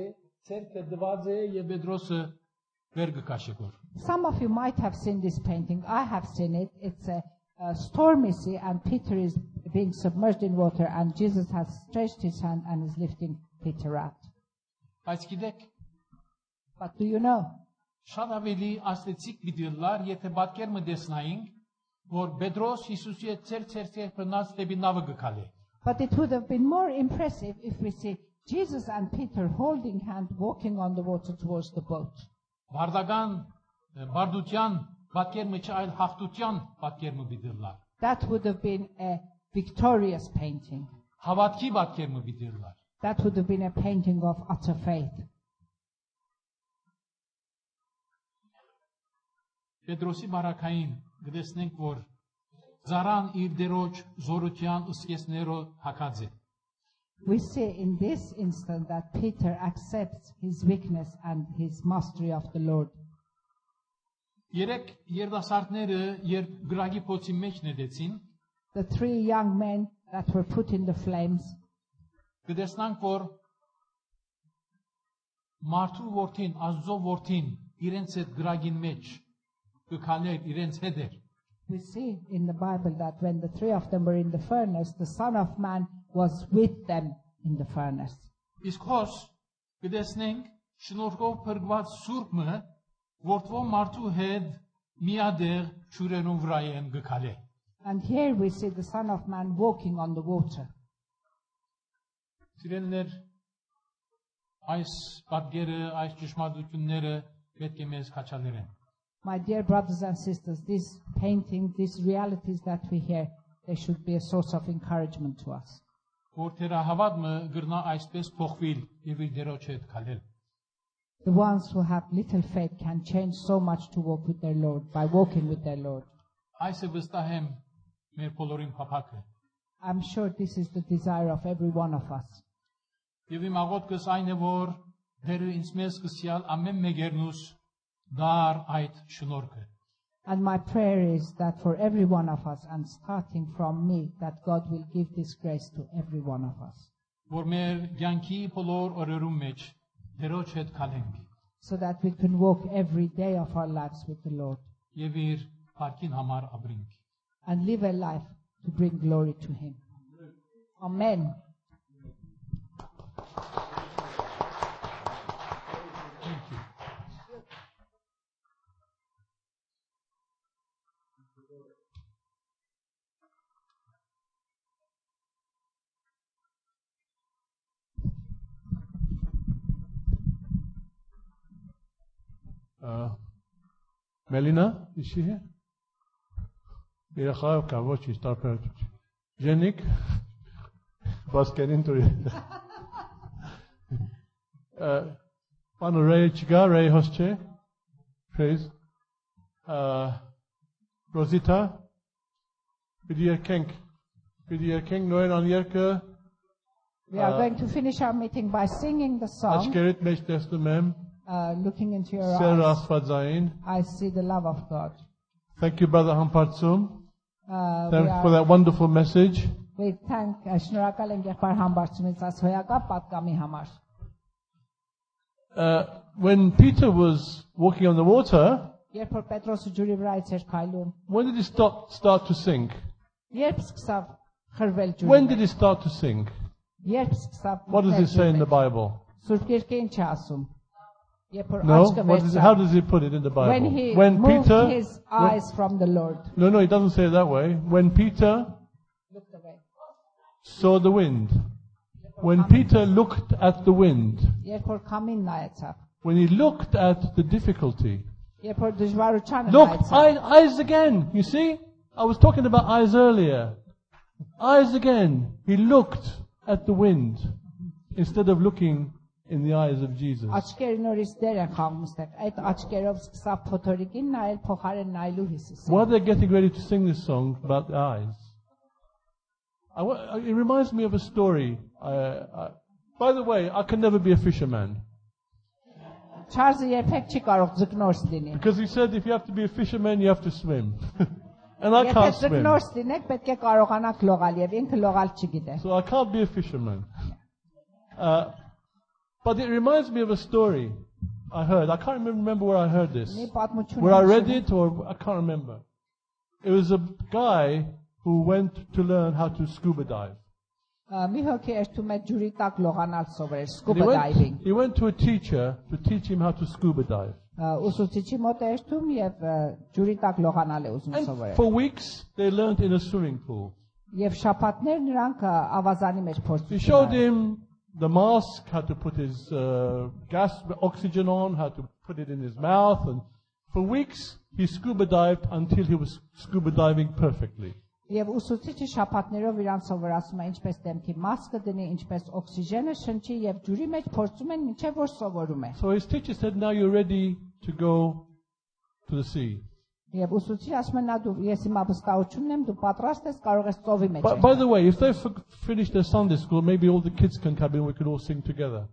A: ցերքը դված է եւ Պետրոսը բերգը քաշեգոր։
B: Some of you might have seen this painting. I have seen it. It's a, a stormy sea, and Peter is being submerged in water, and Jesus has stretched his hand and is lifting Peter out.
A: Բայց գիտեք,
B: But do you know?
A: շատ ավելի աստեցիկ դիդելար, եթե բակերմը դեսնայինք, որ Պետրոս Հիսուսի հետ ցերցերցեր բնած դեպի նավը գկալի։
B: But it would have been more impressive if we see Jesus and Peter holding hand, walking on the water towards the boat.
A: Բարդական ը, բարդության պատկերը չէ, այլ հաղթության պատկերը դիդելար։
B: That would have been a victorious painting.
A: Հավատքի պատկերը դիդելար։
B: That would have been a painting of utter faith.
A: Պետրոսի բարակային գտեսնենք, որ Զարան իր դերոջ զորության սկեսներով հակած է։
B: We see in this instant that Peter accepts his weakness and his mastery of the Lord.
A: Երեք երդասարտները երբ գրագի փոցի մեջ ներեցին,
B: The three young men that were put in the flames,
A: Գտեսնանք որ մարդու որդին, Աստծո որդին իրենց այդ գրագին մեջ կքաներ իրենց հետ էր։
B: we see in the Bible that when the three of them were in the furnace, the Son of Man was with them in the furnace.
A: Իսկ հոս գտեսնենք շնորհով փրկված սուրբը որդվո մարդու հետ միադեղ ճուրենու վրա են գքալե։
B: And here we see the Son of Man walking on the water.
A: Սիրելիներ այս պատկերը, այս ճշմարտությունները պետք է մեզ հաչալերեն։
B: My dear brothers and sisters, these paintings, these realities that we hear, they should be a source of encouragement to us.
A: Որ թերահավատը գրնա այսպես փոխվել եւ իր դերոջ հետ քալել։
B: The ones who have little faith can change so much to walk with their Lord by walking with their Lord.
A: Այս է վստահ եմ մեր բոլորին փափակը։
B: I'm sure this is the desire of every one of us.
A: Եվ իմ աղոթքս այն է, որ Տերը ինձ մեզ կսիալ ամեն մեկերնուս դար այդ շնորհքը։
B: And my prayer is that for every one of us, and starting from me, that God will give this grace to every one of us,
A: Որ մեր յանքի բոլոր օրերում մեջ Տերոջ հետ քալենք
B: so that we can walk every day of our lives with the Lord
A: եւ իր փառքին համար ապրենք։
B: and live a life to bring glory to Him. Amen.
A: Thank you.
C: Uh, Melina, is she here? Երեխայով ոչ իր տարբերություն։ Ժենիկ բասկետին դուրի։ Ա Պան Ռեյ չգա Ռեյ հոսչե։ Please. Ա Ռոզիտա Պիտի երկենք։ Պիտի երկենք նույն ան երկը
B: We are
C: Uh,
B: going to finish our meeting by singing the song,
C: աչքերիդ մեջ տեսնում եմ
B: uh, looking into your
C: սեր
B: eyes.
C: աստվածային։
B: I see the love of God.
C: Thank you brother Համբարձում։
B: Uh, we,
C: Thank you for
B: are,
C: that wonderful message.
B: we thank uh, շնորհակալ ենք եղբայր համբարձումից այս հոյակապ պատկամի համար։
C: Uh, when Peter was walking on the water,
B: Երբ որ Պետրոսը ջուրի վրա էր քայլում,
C: when did he stop, start to sink?
B: երբ սկսավ խրվել
C: When
B: ջուրը,
C: did he start to sink?
B: երբ սկսավ
C: What does it say in the Bible?
B: Սուրբ Գիրքը ինչ է ասում։ Երբ որ
C: No.
B: աչքը
C: What is,
B: վերցավ,
C: how does he put it in the
B: when
C: Bible?
B: he
C: When
B: moved
C: Peter,
B: his eyes from the Lord,
C: no, no, it doesn't say it that way. When Peter
B: looked away.
C: saw the wind, when Peter looked at the wind,
B: Երբ որ կամին նայեցավ,
C: when he looked at the difficulty,
B: երբ որ դժվարությանը
C: look,
B: նայեցավ,
C: I, eyes again. You see, I was talking about eyes earlier. Eyes again. He looked at the wind instead of looking in the eyes of Jesus.
B: աչքերը նորից դեր են խաղում ստեղ։ Այդ աչքերով սկսավ փոթորիկին նայել փոխարեն նայելու Հիսուսին։
C: While they're getting ready to sing this song about the eyes, I wa- uh, it reminds me of a story. I, I, by the way, I can never be a fisherman.
B: Չարզը երբեք չի կարող ձգնորս լինի։
C: Because he said if you have to be a fisherman, you have to swim. [LAUGHS] and I
B: Եթե
C: can't swim.
B: ձգնորս լինեք, պետք է կարողանաք լողալ եւ ինքը լողալ չգիտե։
C: So I can't be a fisherman. Uh, but it reminds me of a story I heard. I can't even remember where I heard this.
B: Մի պատմություն։
C: Where I read
B: հիշում եմ,
C: it or I can't remember. It was a guy who went to learn how to scuba dive.
B: ա, Մի հոգի երթում է ջուրի տակ լողանալ սովորել,
C: And he,
B: սկուբա դայվինգ։
C: went, he went to a teacher to teach him how to scuba dive.
B: Ուսուցիչի մոտ է երթում եւ ա, ջուրի տակ լողանալ է ուզում
C: And
B: սովորել։
C: for weeks, they learned in a swimming pool.
B: Եվ շապատներ նրանք ա, ավազանի մեջ
C: He
B: փորձում։
C: showed him the mask, how to put his uh, gas oxygen on, how to put it in his mouth, and for weeks he scuba dived until he was scuba diving perfectly.
B: Եվ ուսուցիչը շապատներով իրան սովորացում է ինչպես դեմքի մասկը դնի, ինչպես օքսիգենը շնչի եւ ջուրի մեջ փորձում են ինչեւ որ սովորում է։
C: So his teacher said, "Now you're ready to go to the sea."
B: Եվ ուսուցիչը ասում է՝ «Նա դու ես իմ ապստաությունն եմ, դու պատրաստ ես, կարող ես ծովի մեջ»։
C: But
B: եք»։
C: by the way, if they f- finish their Sunday school, maybe all the kids can come in. We could all sing together.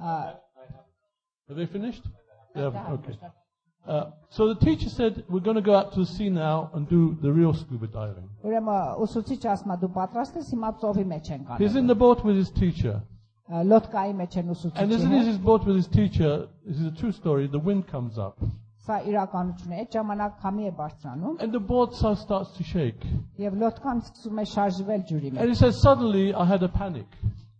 B: Ա,
C: Have they finished? They have Okay. Uh, so the teacher said, "We're going to go out to the sea now and do the real scuba diving."
B: Ուրեմն ուսուցիչը ասում է՝ «Դու պատրաստ ես, հիմա ծովի մեջ ենք
C: He's
B: անում»։
C: in the boat with his teacher.
B: Ա, Լոդկայի մեջ են
C: And as it is
B: ուսուցիչը։ հա,
C: his boat with his teacher, this is a true story, the wind comes up.
B: Սա իրականություն է։ Այդ ժամանակ քամի է բարձրանում
C: And the boat so- starts to shake.
B: եւ լոդկան սկսում է շարժվել ջուրի
C: And
B: մեջ։
C: he says, suddenly I had a panic.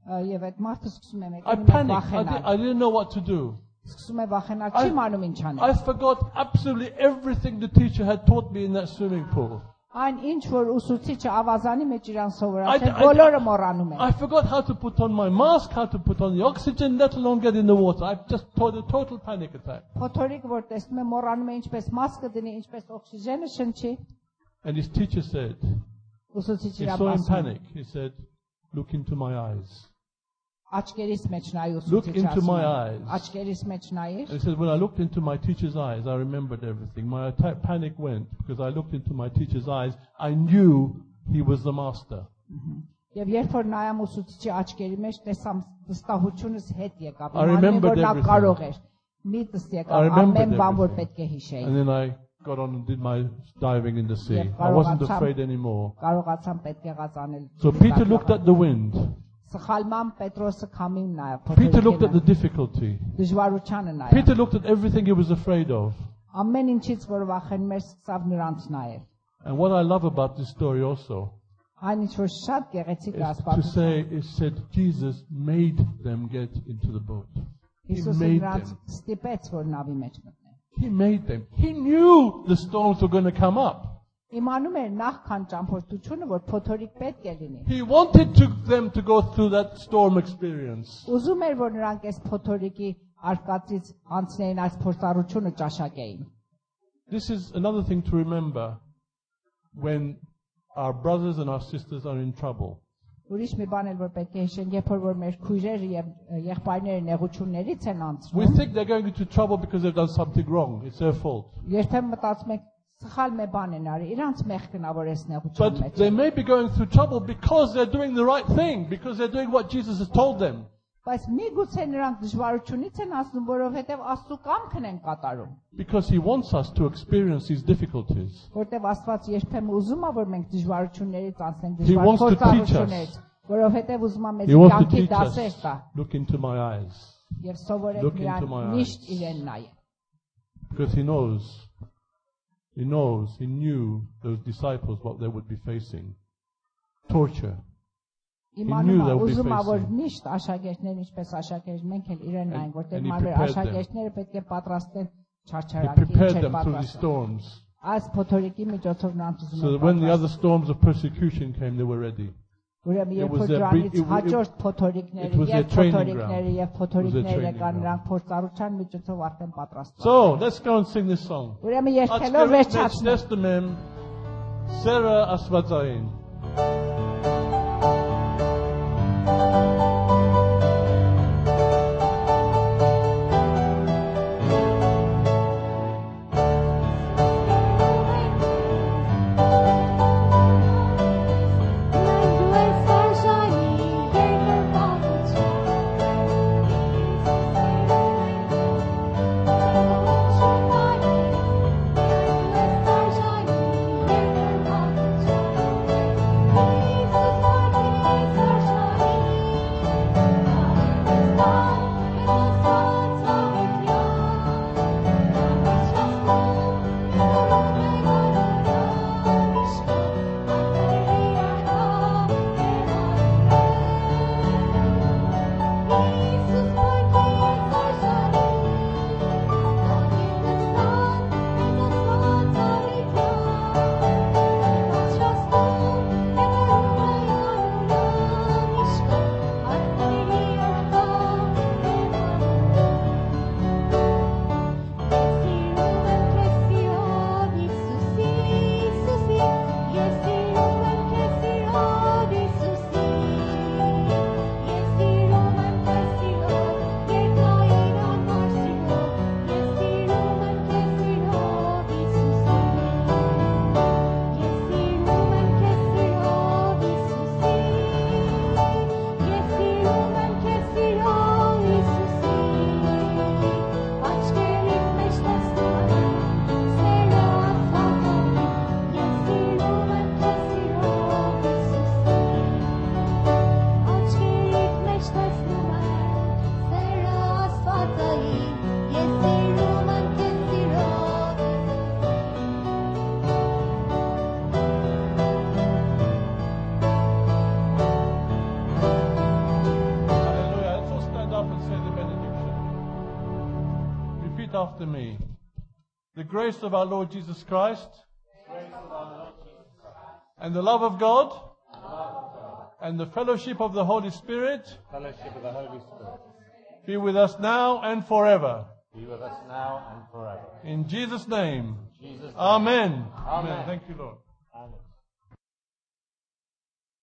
B: Ա, Եվ այդ մարդը սկսում է
C: I
B: մեկը
C: panicked. I,
B: վախենալ։
C: di- I didn't know what to do.
B: սկսում է վախենալ,
C: I-
B: չի մանում ինչ անի։
C: I forgot absolutely everything the teacher had taught me in that swimming pool.
B: Այն ինչ որ ուսուցիչը ավազանի մեջ իրան
C: I,
B: սովորացել,
C: I-
B: բոլորը մոռանում են։
C: I forgot how to put on my mask, how to put on the oxygen, let alone get in the water. I just had a total panic attack.
B: Փոթորիկ որ տեսնում է, մոռանում է ինչպես մասկը դնի, ինչպես օքսիգենը շնչի։
C: And his teacher said,
B: Ուսուցիչը
C: he
B: իրան
C: saw him
B: ասում է,
C: panic. He said, look into my eyes.
B: աչքերիս մեջ նայ
C: Look
B: ուսուցիչը
C: into
B: ասում
C: my
B: է,
C: eyes.
B: Աչքերիս մեջ նայիր։
C: He said, when I looked into my teacher's eyes, I remembered everything. My ta- panic went because I looked into my teacher's eyes. I knew he was the master.
B: Եվ երբ որ նայամ ուսուցիչի աչքերի մեջ, տեսամ վստահությունս հետ եկավ,
C: I
B: իմ անում,
C: remembered
B: որ նա
C: everything.
B: կարող էր։ Միտս
C: I
B: եկավ
C: remembered
B: ամեն բան, որ
C: everything.
B: պետք է հիշեի։
C: And then I got on and did my diving in the sea.
B: Yeah,
C: I wasn't
B: Parvati.
C: afraid anymore.
B: Կարողացան պետք եղած անել։
C: So
B: ջուրի
C: Peter
B: տակ
C: looked at the wind.
B: Սխալման Պետրոսը քամին նայավ։
C: Peter looked at the
B: փոթորիկին
C: difficulty.
B: դժվարությանը նայավ։
C: Peter looked at everything he was afraid of.
B: Ամեն ինչից որ վախենում էր, սկսավ նրանց նայել։
C: And what I love about this story also
B: Այն ինչ որ շատ գեղեցիկ
C: is to
B: ասպարեզ։
C: say, it said Jesus made them get into the boat. He
B: Հիսուսը
C: made
B: նրանց
C: them.
B: ստիպեց որ նավի մեջ մտնեն։
C: He made them. He knew the storms were going to come up.
B: Իմանում էր նախքան ճամփորդությունը, որ փոթորիկ պետք է լինի։
C: He wanted to, them to go through that storm experience.
B: Ուզում էր որ նրանք այս փոթորիկի արկածից անցնեին այս փորձառությունը ճաշակեին։
C: This is another thing to remember when our brothers and our sisters are in trouble.
B: Ուրիշ մի բան էլ որ պետք է հիշեն, երբ որ որ մեր քույրերը եւ եղբայրները նեղություններից են անցնում,
C: We think they're going into trouble because they've done something wrong. It's their fault.
B: Երբեմն մտածում եք սխալ մե բան են արի, իրանց մեղքնավոր է սնեղության
C: But
B: մեջ։
C: they may be going through trouble because they're doing the right thing, because they're doing what Jesus has told them.
B: Բայց միգուցե նրանք դժվարությունից են ասում, որովհետև Աստծո կամքն են կատարում,
C: Because He wants us to experience these difficulties.
B: որտեղ Աստված երբեմն ուզում է, որ մենք դժվարություններից անցնենք
C: He wants to teach us.
B: դժվարությունից, որովհետև ուզում է
C: He
B: մեզ
C: wants to
B: կյանքի
C: teach
B: դասեր
C: us.
B: տա
C: Look into my eyes.
B: եւ սովորել
C: Look into
B: նրան
C: my eyes.
B: միշտ իրեն նայել։
C: Because he knows, he knows, he knew those disciples what they would be facing torture,
B: Իմանում
D: they
B: եմ,
D: would be
B: ուզում եմ որ
D: facing.
B: միշտ աշակերտներն ինչպես աշակերտ մենք էլ իրեն նայենք,
D: and
B: որտեղ
D: he
B: մարդ
D: prepared them.
B: աշակերտները պետք է պատրաստեն
D: He
B: չարչարանքի
D: prepared
B: չեն
D: them through the
B: պատրաստում։
D: storms.
B: Այս փոթորիկի միջոցով նրանց
D: So that
B: ուզում
D: when
B: եմ
D: the other storms of persecution came, they were ready.
B: Ուրեմն
D: It
B: երբ
D: was
B: որ
D: their
B: դրանից
D: breed- it- it-
B: հաջորդ
D: it
B: փոթորիկները
D: was their
B: եւ
D: training
B: փոթորիկները
D: ground.
B: եւ
D: It was
B: փոթորիկները
D: their
B: կան
D: training
B: նրանք փորձառության միջոցով արդեն պատրաստված։
D: So let's go and sing this song.
B: Ուրեմն
D: Աչքերը
B: երթելով
D: մեծ
B: վերջացնեմ։
D: նստում Սերը աստվածային Hallelujah. Let's all stand up and say the benediction. Repeat after me. The grace of our Lord Jesus Christ, and the love of God, and the fellowship of the Holy Spirit
E: Fellowship of the Holy Spirit.
D: be with us now and forever.
E: Be with us now and forever.
D: In Jesus' name.
E: Jesus' name.
D: Amen.
E: Amen.
D: Thank you, Lord.